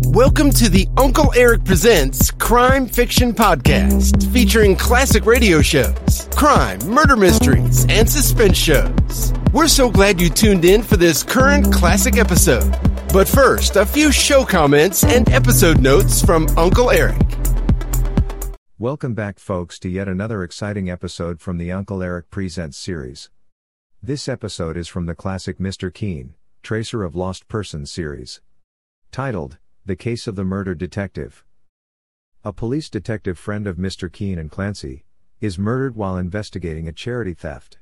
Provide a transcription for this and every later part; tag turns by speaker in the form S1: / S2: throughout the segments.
S1: Welcome to the Uncle Eric Presents Crime Fiction Podcast, featuring classic radio shows, crime, murder mysteries, and suspense shows. We're so glad you tuned in for this current classic episode. But first, a few show comments and episode notes from Uncle Eric.
S2: Welcome back, folks, to yet another exciting episode from the Uncle Eric Presents series. This episode is from the classic Mr. Keene, Tracer of Lost Persons series. Titled, The Case of the Murder Detective. A police detective friend of Mr. Keene and Clancy is murdered while investigating a charity theft.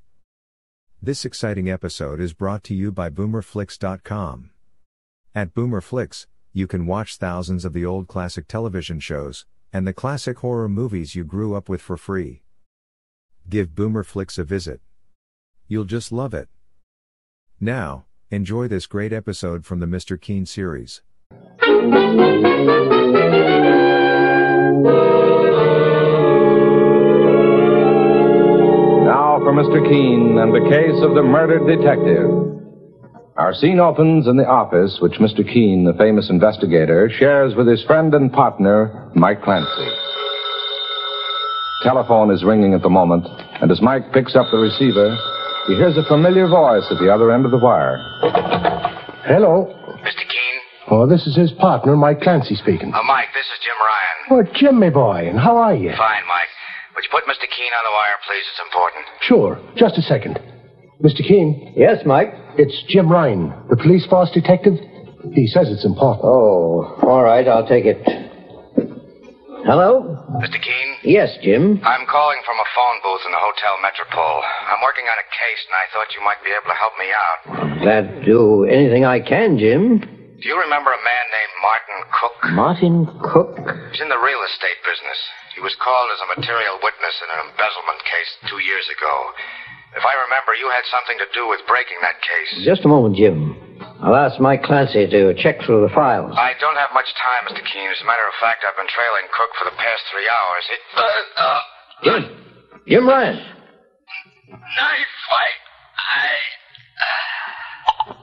S2: This exciting episode is brought to you by BoomerFlix.com. At BoomerFlix, you can watch thousands of the old classic television shows and the classic horror movies you grew up with for free. Give BoomerFlix a visit. You'll just love it. Now, enjoy this great episode from the Mr. Keen series.
S3: Now for Mr. Keene and the case of the murdered detective. Our scene opens in the office which Mr. Keene, the famous investigator, shares with his friend and partner, Mike Clancy. Telephone is ringing at the moment, and as Mike picks up the receiver, he hears a familiar voice at the other end of the wire.
S4: Hello.
S5: Mr. Keene?
S4: Oh, this is his partner, Mike Clancy speaking.
S5: Uh, Mike, this is Jim Ryan.
S4: Oh, Jim, my boy, and how are you?
S5: Fine, Mike. Would you put Mr. Keene on the wire, please? It's important.
S4: Sure. Just a second. Mr. Keene? Yes, Mike? It's Jim Ryan, the police force detective. He says it's important.
S6: Oh, all right, I'll take it. Hello?
S5: Mr. Keene?
S6: Yes, Jim.
S5: I'm calling from a phone booth in the Hotel Metropole. I'm working on a case, and I thought you might be able to help me out.
S6: Glad to do anything I can, Jim.
S5: Do you remember a man named Martin Cook?
S6: Martin Cook?
S5: He's in the real estate business. He was called as a material witness in an embezzlement case two years ago. If I remember, you had something to do with breaking that case.
S6: Just a moment, Jim. I'll ask Mike Clancy to check through the files.
S5: I don't have much time, Mr. Keene. As a matter of fact, I've been trailing Cook for the past three hours. He... Uh, uh,
S6: Jim, Jim Ryan.
S5: knife fight.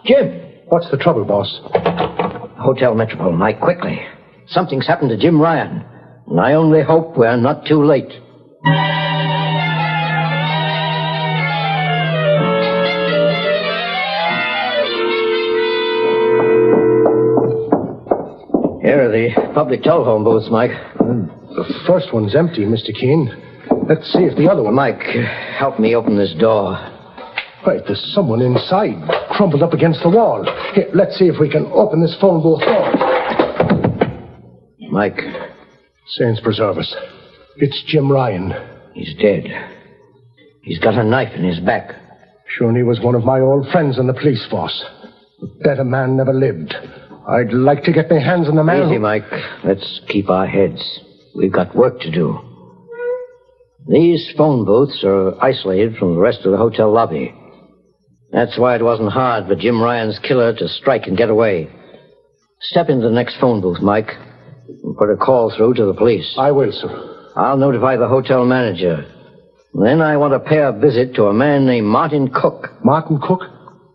S6: Jim.
S4: What's the trouble, boss?
S6: Hotel Metropole, Mike, quickly. Something's happened to Jim Ryan, and I only hope we're not too late. Here are the public telephone booths, Mike.
S4: Hmm. The first one's empty, Mr. Keene. Let's see if the other one.
S6: Mike, help me open this door.
S4: Right, there's someone inside, crumpled up against the wall. Here, let's see if we can open this phone booth door.
S6: Mike,
S4: Saints preserve us. It's Jim Ryan.
S6: he's dead. He's got a knife in his back.
S4: Sure, he was one of my old friends in the police force. A better man never lived. I'd like to get my hands on the man.
S6: Easy,
S4: who-
S6: Mike. Let's keep our heads. We've got work to do. These phone booths are isolated from the rest of the hotel lobby. That's why it wasn't hard for Jim Ryan's killer to strike and get away. Step into the next phone booth, Mike, and put a call through to the police.
S4: I will, sir.
S6: I'll notify the hotel manager. Then I want to pay a visit to a man named Martin Cook.
S4: Martin Cook?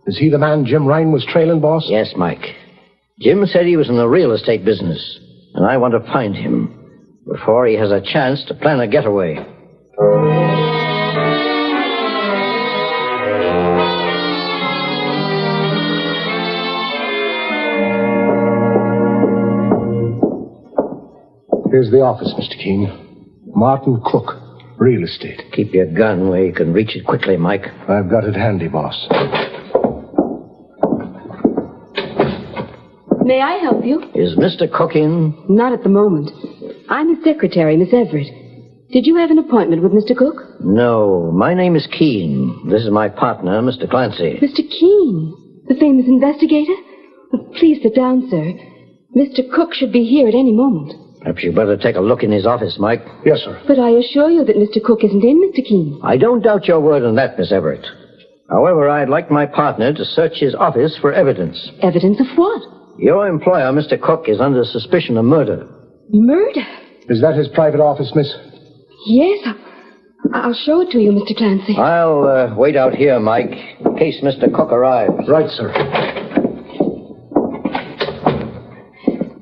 S4: Is he the man Jim Ryan was trailing, boss?
S6: Yes, Mike. Jim said he was in the real estate business, and I want to find him before he has a chance to plan a getaway.
S4: Here's the office, Mr. Keene. Martin Cook, real estate.
S6: Keep your gun where you can reach it quickly, Mike.
S4: I've got it handy, boss.
S7: May I help you?
S6: Is Mr. Cook in?
S7: Not at the moment. I'm his secretary, Miss Everett. Did you have an appointment with Mr. Cook?
S6: No. My name is Keene. This is my partner, Mr. Clancy.
S7: Mr. Keene, the famous investigator? Oh, Please sit down, sir. Mr. Cook should be here at any moment.
S6: Perhaps you'd better take a look in his office, Mike.
S4: Yes, sir.
S7: But I assure you that Mr. Cook isn't in, Mr. Keene.
S6: I don't doubt your word on that, Miss Everett. However, I'd like my partner to search his office for evidence.
S7: Evidence of what?
S6: Your employer, Mr. Cook, is under suspicion of murder.
S7: Murder.
S4: Is that his private office, miss?
S7: Yes, I- I'll show it to you, Mr. Clancy.
S6: I'll uh, wait out here, Mike, in case Mr. Cook arrives.
S4: Right, sir.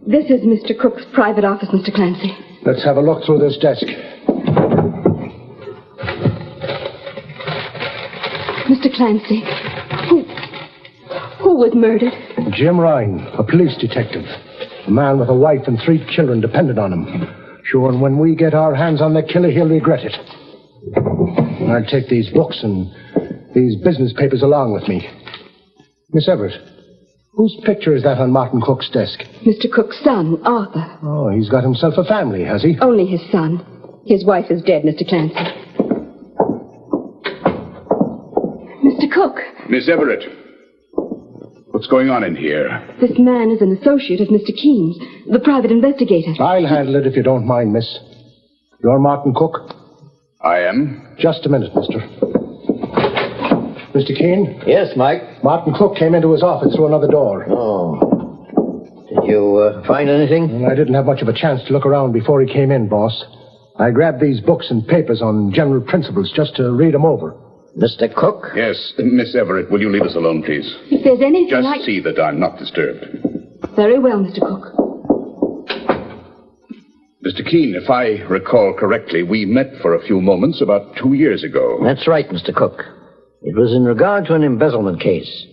S7: This is Mr. Cook's private office, Mr. Clancy.
S4: Let's have a look through this desk.
S7: Mr. Clancy, who, who was murdered?
S4: Jim Ryan, a police detective. A man with a wife and three children dependent on him. Sure, and when we get our hands on the killer, he'll regret it. I'll take these books and these business papers along with me. Miss Everett, whose picture is that on Martin Cook's desk?
S7: Mr. Cook's son, Arthur.
S4: Oh, he's got himself a family, has he?
S7: Only his son. His wife is dead, Mr. Clancy. Mr. Cook,
S8: Miss Everett, what's going on in here?
S7: this man is an associate of Mr. Keene's, the private investigator.
S4: I'll handle it if you don't mind, miss. You're Martin Cook?
S8: I am.
S4: Just a minute, mister. Mr. Keene,
S6: Yes, Mike.
S4: Martin Cook came into his office through another door.
S6: Oh. Did you uh, find anything?
S4: I didn't have much of a chance to look around before he came in, boss. I grabbed these books and papers on general principles just to read 'em over.
S6: Mr. Cook?
S8: Yes, Miss Everett, will you leave us alone, please?
S7: If there's anything
S8: Just
S7: I...
S8: see that I'm not disturbed.
S7: Very well, Mr. Cook.
S8: Mr. Keene, if I recall correctly, we met for a few moments about two years ago.
S6: That's right, Mr. Cook. It was in regard to an embezzlement case.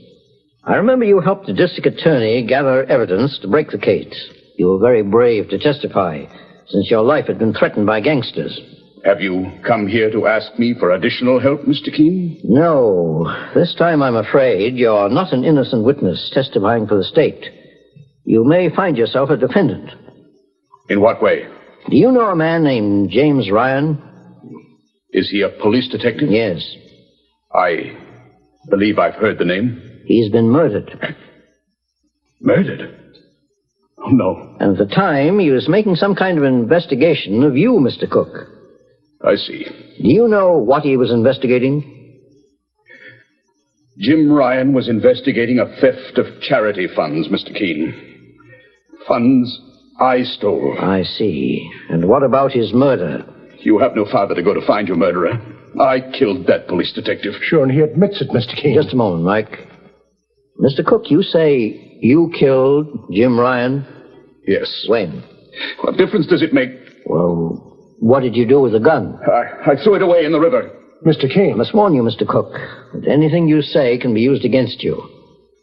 S6: I remember you helped the district attorney gather evidence to break the case. You were very brave to testify, since your life had been threatened by gangsters.
S8: Have you come here to ask me for additional help, Mr. Keene?
S6: No, this time I'm afraid you're not an innocent witness testifying for the state. You may find yourself a defendant.
S8: In what way?
S6: Do you know a man named James Ryan?
S8: Is he a police detective?
S6: Yes.
S8: I believe I've heard the name.
S6: He's been murdered.
S8: Murdered? Oh, no.
S6: And at the time, he was making some kind of investigation of you, Mr. Cook.
S8: I see.
S6: Do you know what he was investigating?
S8: Jim Ryan was investigating a theft of charity funds, Mr. Keene. Funds I stole.
S6: I see. And what about his murder?
S8: You have no father to go to find your murderer. I killed that police detective.
S4: Sure, and he admits it, Mr. Keene.
S6: Just a moment, Mike. Mr. Cook, you say you killed Jim Ryan?
S8: Yes.
S6: When?
S8: What difference does it make?
S6: Well, what did you do with the gun?
S8: Uh, I, I threw it away in the river.
S4: Mr. Keene,
S6: I must warn you, Mr. Cook, that anything you say can be used against you.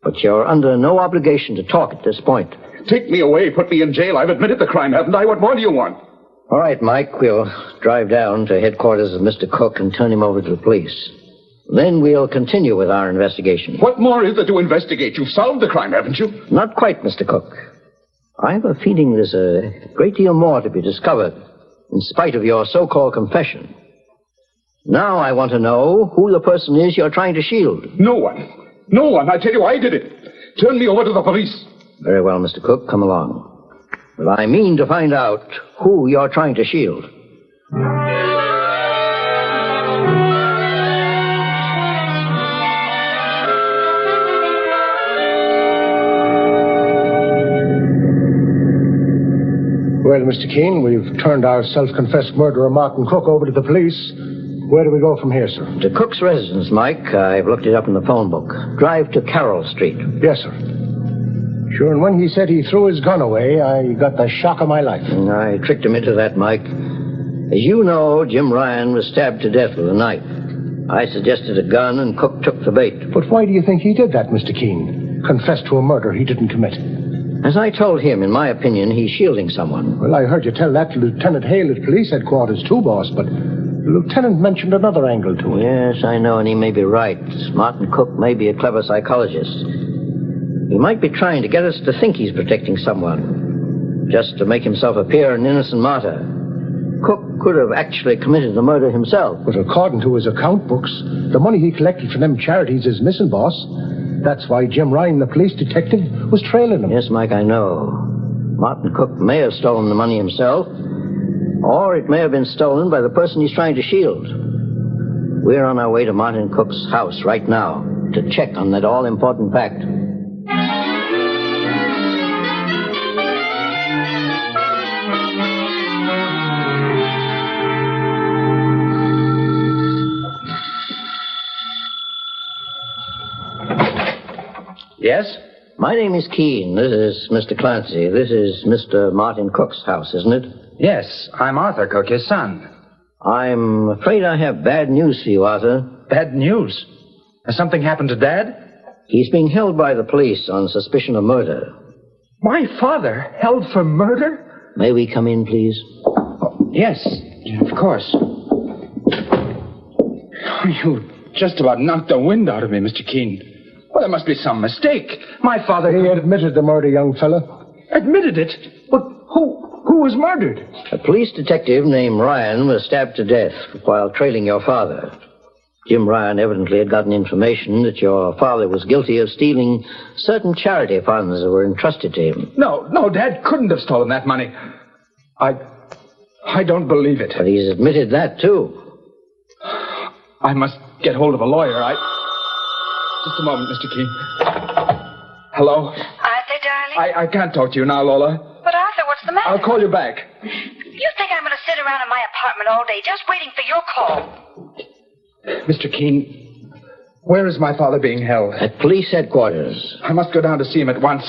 S6: But you're under no obligation to talk at this point.
S8: Take me away, put me in jail. I've admitted the crime, haven't I? What more do you want?
S6: All right, Mike, we'll drive down to headquarters of Mr. Cook and turn him over to the police. Then we'll continue with our investigation.
S8: What more is there to investigate? You've solved the crime, haven't you?
S6: Not quite, Mr. Cook. I have a feeling there's a great deal more to be discovered, in spite of your so-called confession. Now I want to know who the person is you're trying to shield.
S8: No one. No one. I tell you, I did it. Turn me over to the police.
S6: Very well, Mr. Cook, come along. But I mean to find out who you're trying to shield.
S4: well, Mr. Keene, we've turned our self-confessed murderer, Martin Cook, over to the police. Where do we go from here, sir?
S6: To Cook's residence, Mike, I've looked it up in the phone book. Drive to Carroll Street.
S4: Yes, sir. Sure, and when he said he threw his gun away, I got the shock of my life.
S6: And I tricked him into that, Mike. As you know, Jim Ryan was stabbed to death with a knife. I suggested a gun, and Cook took the bait.
S4: But why do you think he did that, Mr. Keene? Confessed to a murder he didn't commit.
S6: As I told him, in my opinion, he's shielding someone.
S4: Well, I heard you tell that to Lieutenant Hale at police headquarters, too, boss, but the lieutenant mentioned another angle to it.
S6: Yes, I know, and he may be right. Martin Cook may be a clever psychologist. He might be trying to get us to think he's protecting someone, just to make himself appear an innocent martyr. Cook could have actually committed the murder himself.
S4: But according to his account books, the money he collected from them charities is missing, boss. That's why Jim Ryan, the police detective, was trailing him.
S6: Yes, Mike, I know. Martin Cook may have stolen the money himself, or it may have been stolen by the person he's trying to shield. We're on our way to Martin Cook's house right now to check on that all important fact.
S9: Yes?
S6: My name is Keene. This is Mr. Clancy. This is Mr. Martin Cook's house, isn't it?
S9: Yes, I'm Arthur Cook, his son.
S6: I'm afraid I have bad news for you, Arthur.
S9: Bad news? Has something happened to Dad?
S6: He's being held by the police on suspicion of murder.
S9: My father held for murder?
S6: May we come in, please?
S9: Yes, of course. Oh, You just about knocked the wind out of me, Mr. Keene. Well, there must be some mistake. My father
S4: He admitted the murder, young fella.
S9: admitted it. But who who was murdered?
S6: A police detective named Ryan was stabbed to death while trailing your father. Jim Ryan evidently had gotten information that your father was guilty of stealing certain charity funds that were entrusted to him.
S9: No, no, Dad couldn't have stolen that money. I I don't believe it.
S6: But he's admitted that, too.
S9: I must get hold of a lawyer. I just a moment, Mr. Keene. Hello.
S10: Arthur, darling.
S9: I, I can't talk to you now, Lola.
S10: But Arthur, what's the matter?
S9: I'll call you back.
S10: You think I'm going to sit around in my apartment all day just waiting for your call?
S9: Mr. Keene, where is my father being held?
S6: At police headquarters.
S9: I must go down to see him at once.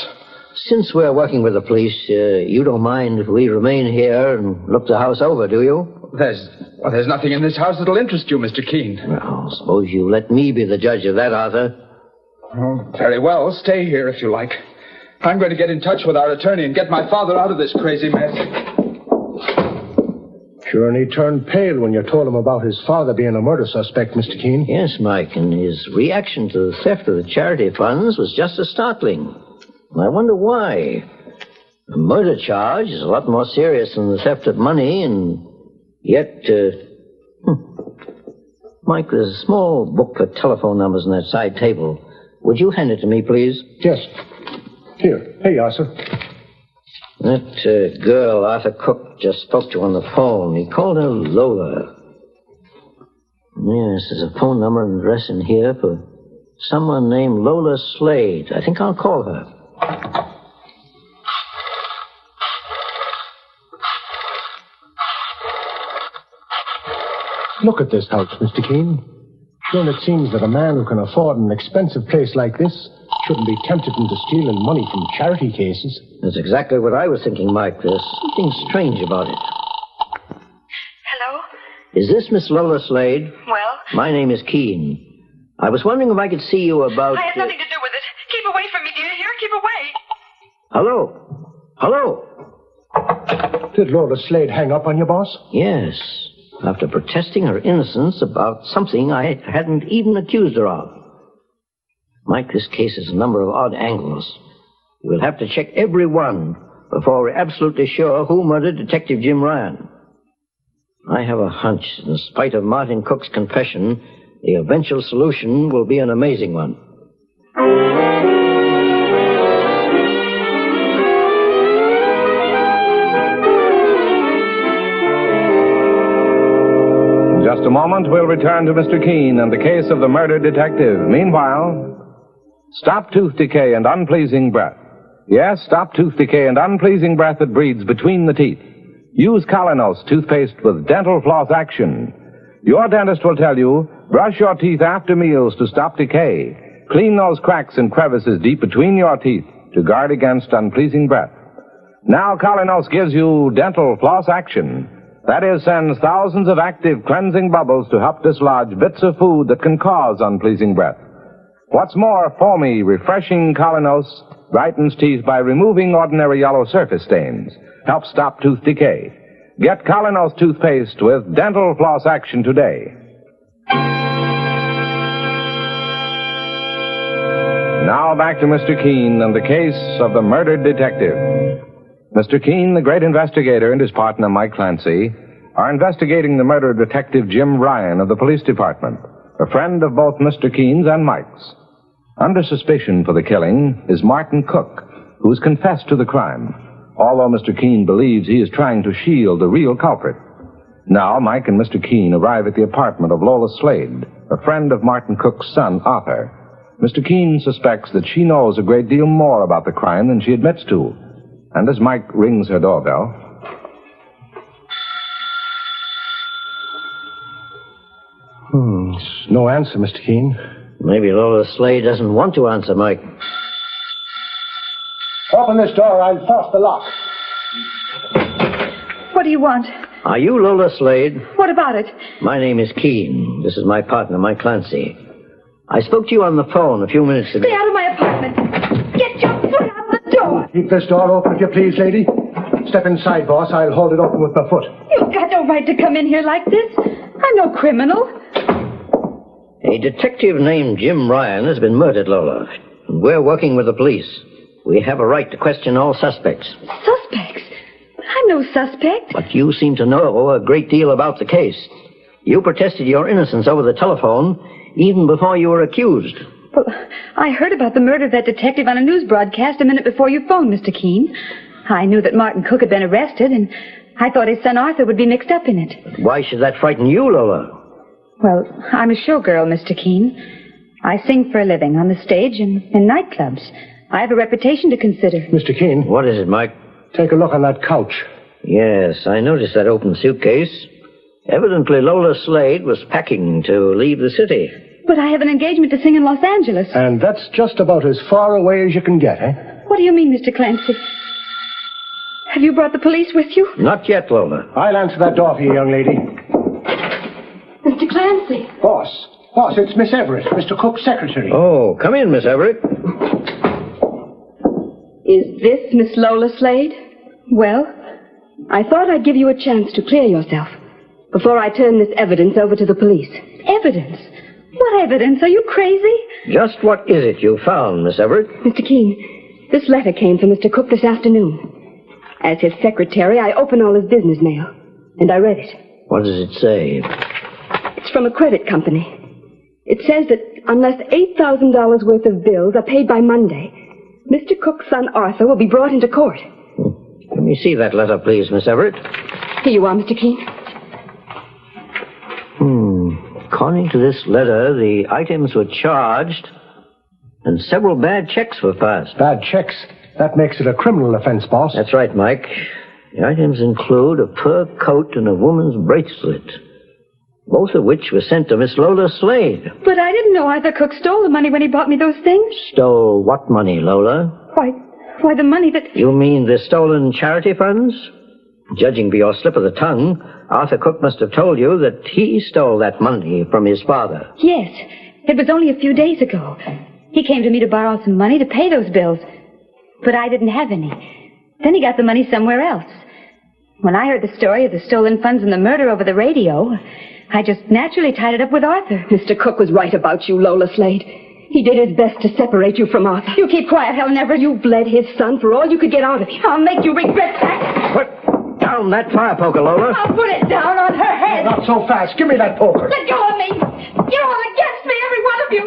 S6: Since we're working with the police, uh, you don't mind if we remain here and look the house over, do you?
S9: There's well, there's nothing in this house that'll interest you, Mr. Keene.
S6: Well, suppose you let me be the judge of that, Arthur.
S9: Oh, very well. Stay here if you like. I'm going to get in touch with our attorney and get my father out of this crazy mess.
S4: Sure, and he turned pale when you told him about his father being a murder suspect, Mr. Keene.
S6: Yes, Mike, and his reaction to the theft of the charity funds was just as startling. And I wonder why. A murder charge is a lot more serious than the theft of money, and yet, uh, hmm. Mike, there's a small book for telephone numbers on that side table. Would you hand it to me, please?
S4: Yes. Here. Hey, Arthur.
S6: That uh, girl Arthur Cook just spoke to on the phone. He called her Lola. Yes, there's a phone number and address in here for someone named Lola Slade. I think I'll call her.
S4: Look at this house, Mr. Keene. Don't it seems that a man who can afford an expensive place like this shouldn't be tempted into stealing money from charity cases?
S6: That's exactly what I was thinking, Mike. There's something strange about it.
S10: Hello?
S6: Is this Miss Lola Slade?
S10: Well,
S6: My name is Keene. I was wondering if I could see you about.
S10: I have
S6: uh,
S10: nothing to do with it. Keep away from me, do you hear? Keep away.
S6: Hello? Hello?
S4: Did Lola Slade hang up on you, boss?
S6: Yes. After protesting her innocence about something I hadn't even accused her of. Mike, this case has a number of odd angles. We'll have to check every one before we're absolutely sure who murdered Detective Jim Ryan. I have a hunch, in spite of Martin Cook's confession, the eventual solution will be an amazing one.
S3: In just a moment, we'll return to Mr. Keene and the case of the murder detective. Meanwhile, stop tooth decay and unpleasing breath. Yes, stop tooth decay and unpleasing breath that breeds between the teeth. Use Kalanos toothpaste with dental floss action. Your dentist will tell you, brush your teeth after meals to stop decay. Clean those cracks and crevices deep between your teeth to guard against unpleasing breath. Now Kalinos gives you dental floss action. That is, sends thousands of active cleansing bubbles to help dislodge bits of food that can cause unpleasing breath. What's more, foamy, refreshing Kalinos brightens teeth by removing ordinary yellow surface stains, helps stop tooth decay. Get Kalinos toothpaste with dental floss action today. Now back to Mr. Keene and the case of the murdered detective. Mr. Keene, the great investigator, and his partner, Mike Clancy, are investigating the murder of Detective Jim Ryan of the police department, a friend of both Mr. Keene's and Mike's. Under suspicion for the killing is Martin Cook, who has confessed to the crime, although Mr. Keene believes he is trying to shield the real culprit. Now, Mike and Mr. Keene arrive at the apartment of Lola Slade, a friend of Martin Cook's son, Arthur. Mr. Keene suspects that she knows a great deal more about the crime than she admits to. And as Mike rings her doorbell,
S4: No answer, Mr. Keene.
S6: Maybe Lola Slade doesn't want to answer, Mike.
S4: Open this door. I'll force the lock.
S11: What do you want?
S6: Are you Lola Slade?
S11: What about it?
S6: My name is Keene. This is my partner, Mike Clancy. I spoke to you on the phone a few minutes ago.
S11: Stay out of my apartment. Get your foot out the door.
S4: Keep this door open if you please, lady. Step inside, boss. I'll hold it open with my foot.
S11: You've got no right to come in here like this. I'm no criminal.
S6: A detective named Jim Ryan has been murdered, Lola. We're working with the police. We have a right to question all suspects.
S11: Suspects? I'm no suspect.
S6: But you seem to know a great deal about the case. You protested your innocence over the telephone even before you were accused.
S11: Well, I heard about the murder of that detective on a news broadcast a minute before you phoned, Mr. Keene. I knew that Martin Cook had been arrested, and I thought his son Arthur would be mixed up in it.
S6: Why should that frighten you, Lola?
S11: Well, I'm a showgirl, Mr. Keene. I sing for a living on the stage and in nightclubs. I have a reputation to consider.
S4: Mr. Keene.
S6: What is it, Mike?
S4: Take a look on that couch.
S6: Yes, I noticed that open suitcase. Evidently, Lola Slade was packing to leave the city.
S11: But I have an engagement to sing in Los Angeles.
S4: And that's just about as far away as you can get, eh?
S11: What do you mean, Mr. Clancy? Have you brought the police with you?
S6: Not yet, Lola.
S4: I'll answer that door for you, young lady.
S7: Mr. Clancy.
S4: Boss. Boss, it's Miss Everett, Mr. Cook's secretary.
S6: Oh, come in, Miss Everett.
S7: Is this Miss Lola Slade? Well, I thought I'd give you a chance to clear yourself before I turn this evidence over to the police.
S11: Evidence? What evidence? Are you crazy?
S6: Just what is it you found, Miss Everett?
S7: Mr. Keene, this letter came from Mr. Cook this afternoon. As his secretary, I opened all his business mail, and I read it.
S6: What does it say?
S7: It's from a credit company. It says that unless $8,000 worth of bills are paid by Monday, Mr. Cook's son Arthur will be brought into court.
S6: Let me see that letter, please, Miss Everett.
S7: Here you are, Mr. Keene.
S6: Hmm. According to this letter, the items were charged and several bad checks were passed.
S4: Bad checks? That makes it a criminal offense, boss.
S6: That's right, Mike. The items include a fur coat and a woman's bracelet, both of which were sent to Miss Lola Slade.
S11: But I didn't know Arthur Cook stole the money when he bought me those things.
S6: Stole what money, Lola?
S11: Why, why the money that...
S6: You mean the stolen charity funds? Judging by your slip of the tongue, Arthur Cook must have told you that he stole that money from his father.
S11: Yes, it was only a few days ago. He came to me to borrow some money to pay those bills. But I didn't have any. Then he got the money somewhere else. When I heard the story of the stolen funds and the murder over the radio, I just naturally tied it up with Arthur.
S7: Mr. Cook was right about you, Lola Slade. He did his best to separate you from Arthur.
S11: You keep quiet, Helen Everett.
S7: You bled his son for all you could get out of him.
S11: I'll make you regret that.
S6: Put down that fire poker, Lola.
S11: I'll put it down on her head.
S4: Not so fast. Give me that poker.
S11: Let go of me. You're all against me, every one of you.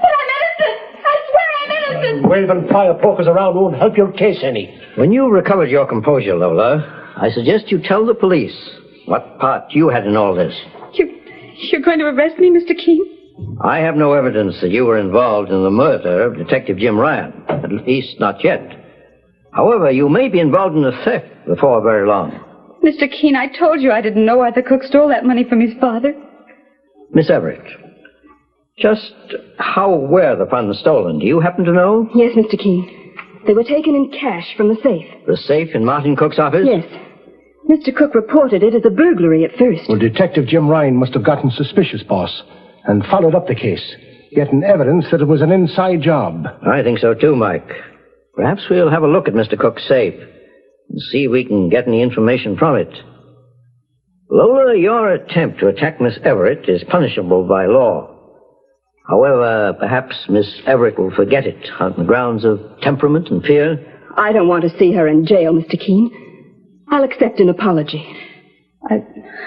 S11: But I'm innocent. I swear I'm innocent.
S4: Waving fire pokers around won't help your case any.
S6: When you recovered your composure, Lola, I suggest you tell the police what part you had in all this.
S11: You, you're going to arrest me, Mr. Keene?
S6: I have no evidence that you were involved in the murder of Detective Jim Ryan. At least, not yet. However, you may be involved in a theft before very long.
S11: Mr. Keene, I told you I didn't know Arthur Cook stole that money from his father.
S6: Miss Everett, just how were the funds stolen? Do you happen to know?
S7: Yes, Mr. Keene. They were taken in cash from the safe.
S6: The safe in Martin Cook's office?
S7: Yes. Mr. Cook reported it as a burglary at first.
S4: Well, Detective Jim Ryan must have gotten suspicious, boss and followed up the case, getting evidence that it was an inside job.
S6: I think so too, Mike. Perhaps we'll have a look at Mr. Cook's safe and see if we can get any information from it. Lola, your attempt to attack Miss Everett is punishable by law. However, perhaps Miss Everett will forget it on the grounds of temperament and fear.
S7: I don't want to see her in jail, Mr. Keene. I'll accept an apology.
S11: I,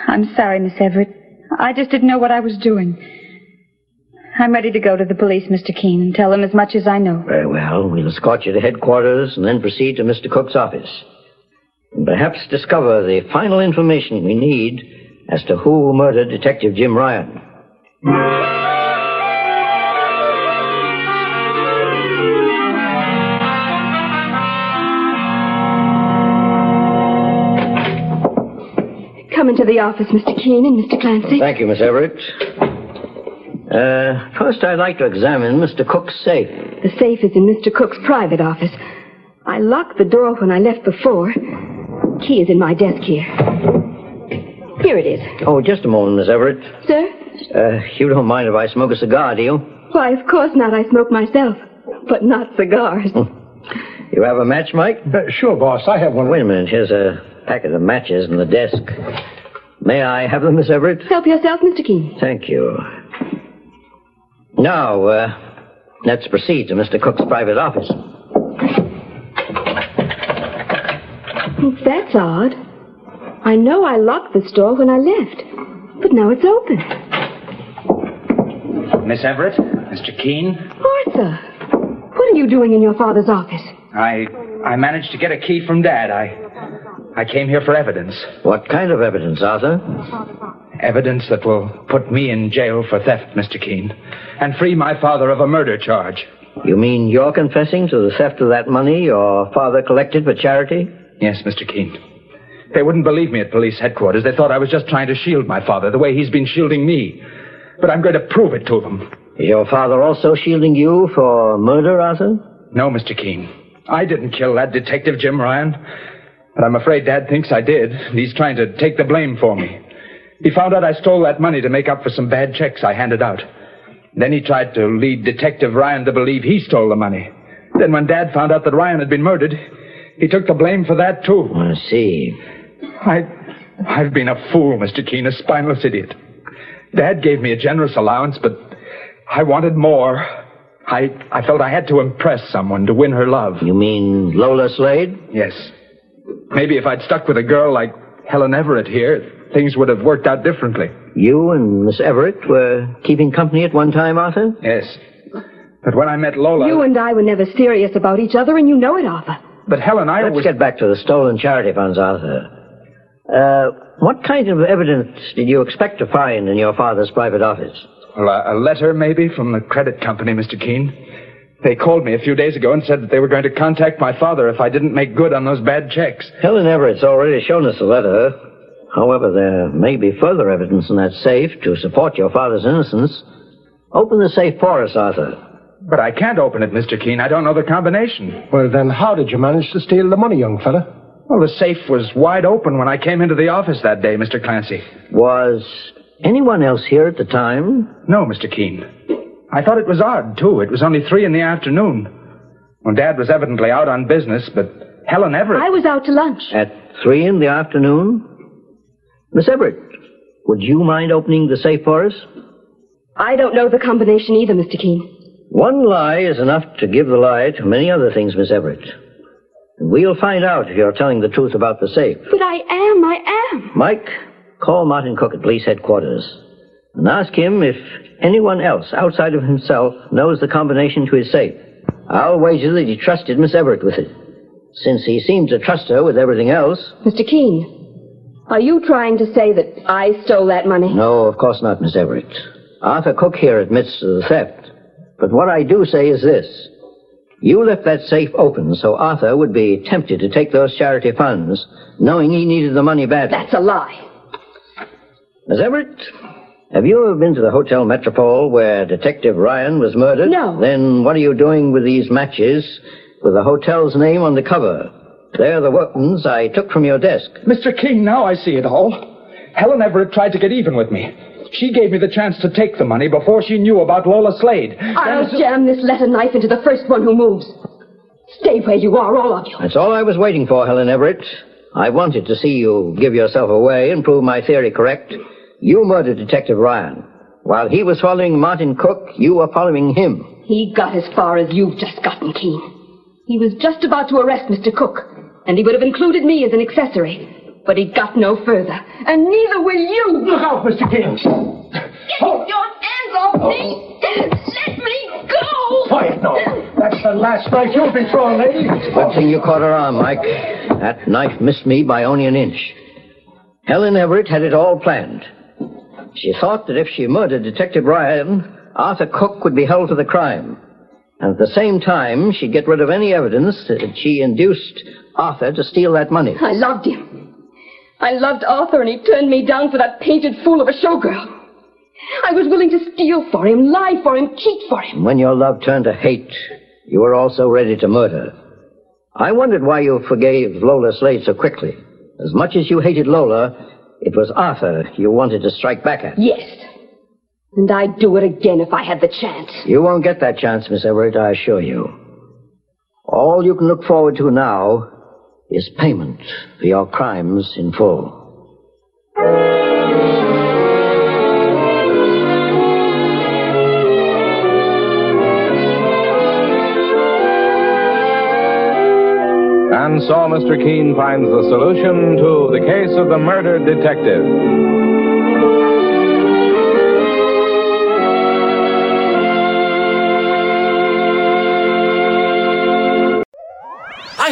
S11: I'm sorry, Miss Everett. I just didn't know what I was doing. I'm ready to go to the police, Mr. Keene, and tell them as much as I know.
S6: Very well. We'll escort you to headquarters and then proceed to Mr. Cook's office. And perhaps discover the final information we need as to who murdered Detective Jim Ryan.
S7: Come into the office, Mr. Keene and Mr. Clancy.
S6: Thank you, Miss Everett. Uh, first, I'd like to examine Mr. Cook's safe.
S7: The safe is in Mr. Cook's private office. I locked the door when I left before. Key is in my desk here. Here it is.
S6: Oh, just a moment, Miss Everett.
S7: Sir?
S6: Uh, you don't mind if I smoke a cigar, do you?
S7: Why, of course not. I smoke myself. But not cigars.
S6: You have a match, Mike?
S4: sure, boss. I have one.
S6: Wait a minute. Here's a packet of matches in the desk. May I have them, Miss Everett?
S7: Help yourself, Mr. Keene.
S6: Thank you. Now, uh, let's proceed to Mr. Cook's private office.
S7: That's odd. I know I locked this door when I left, but now it's open.
S12: Miss Everett, Mr. Keene,
S7: Arthur, what are you doing in your father's office?
S12: I I managed to get a key from Dad. I I came here for evidence.
S6: What kind of evidence, Arthur?
S12: Evidence that will put me in jail for theft, Mr. Keene, and free my father of a murder charge.
S6: You mean you're confessing to the theft of that money your father collected for charity?
S12: Yes, Mr. Keene. They wouldn't believe me at police headquarters. They thought I was just trying to shield my father the way he's been shielding me. But I'm going to prove it to them.
S6: Is your father also shielding you for murder, Arthur?
S12: No, Mr. Keene. I didn't kill that detective, Jim Ryan. But I'm afraid Dad thinks I did. and He's trying to take the blame for me. He found out I stole that money to make up for some bad checks I handed out. Then he tried to lead Detective Ryan to believe he stole the money. Then when Dad found out that Ryan had been murdered, he took the blame for that too.
S6: I see.
S12: I, I've been a fool, Mr. Keene, a spineless idiot. Dad gave me a generous allowance, but I wanted more. I, I felt I had to impress someone to win her love.
S6: You mean Lola Slade?
S12: Yes. Maybe if I'd stuck with a girl like Helen Everett here, things would have worked out differently.
S6: You and Miss Everett were keeping company at one time, Arthur?
S12: Yes. But when I met Lola.
S7: You and I were never serious about each other, and you know it, Arthur.
S12: But Helen, I
S6: Let's
S12: was.
S6: get back to the stolen charity funds, Arthur. Uh, what kind of evidence did you expect to find in your father's private office?
S12: Well, a, a letter, maybe, from the credit company, Mr. Keene. They called me a few days ago and said that they were going to contact my father if I didn't make good on those bad checks.
S6: Helen Everett's already shown us the letter. However, there may be further evidence in that safe to support your father's innocence. Open the safe for us, Arthur.
S12: But I can't open it, Mr. Keene. I don't know the combination.
S4: Well, then how did you manage to steal the money, young fella?
S12: Well, the safe was wide open when I came into the office that day, Mr. Clancy.
S6: Was anyone else here at the time?
S12: No, Mr. Keene. I thought it was odd, too. It was only three in the afternoon. Well, Dad was evidently out on business, but Helen Everett.
S7: I was out to lunch.
S6: At three in the afternoon? Miss Everett, would you mind opening the safe for us?
S7: I don't know the combination either, Mr. Keene.
S6: One lie is enough to give the lie to many other things, Miss Everett. And We'll find out if you're telling the truth about the safe.
S7: But I am, I am.
S6: Mike, call Martin Cook at police headquarters and ask him if anyone else outside of himself knows the combination to his safe. I'll wager that he trusted Miss Everett with it, since he seemed to trust her with everything else.
S7: Mr. Keene, are you trying to say that I stole that money?
S6: No, of course not, Miss Everett. Arthur Cook here admits to the theft. But what I do say is this. You left that safe open so Arthur would be tempted to take those charity funds, knowing he needed the money badly.
S7: That's a lie.
S6: Miss Everett, have you ever been to the Hotel Metropole where Detective Ryan was murdered?
S7: No.
S6: Then what are you doing with these matches with the hotel's name on the cover? They're the weapons I took from your desk.
S12: Mr. Keene, now I see it all. Helen Everett tried to get even with me. She gave me the chance to take the money before she knew about Lola Slade.
S7: I'll jam this letter knife into the first one who moves. Stay where you are, all of you.
S6: That's all I was waiting for, Helen Everett. I wanted to see you give yourself away and prove my theory correct. You murdered Detective Ryan. While he was following Martin Cook, you were following him.
S7: He got as far as you've just gotten, Keene. He was just about to arrest Mr. Cook, and he would have included me as an accessory. But he got no further, and neither will you.
S4: Look out, Mr. Keene.
S10: Your hands off
S7: Oh.
S10: me! Let me go!
S4: Quiet now. That's the last knife you'll be throwing, lady.
S6: Good thing you caught her arm, Mike. That knife missed me by only an inch. Helen Everett had it all planned. She thought that if she murdered Detective Ryan, Arthur Cook would be held to the crime. And at the same time, she'd get rid of any evidence that she induced Arthur to steal that money.
S7: I loved him. I loved Arthur, and he turned me down for that painted fool of a showgirl. I was willing to steal for him, lie for him, cheat for him.
S6: And when your love turned to hate, you were also ready to murder. I wondered why you forgave Lola Slade so quickly. As much as you hated Lola, it was Arthur you wanted to strike back at.
S7: Yes. And I'd do it again if I had the chance.
S6: You won't get that chance, Miss Everett, I assure you. All you can look forward to now is payment for your crimes in full.
S3: And so Mr. Keene finds the solution to the case of the murdered detective.
S1: I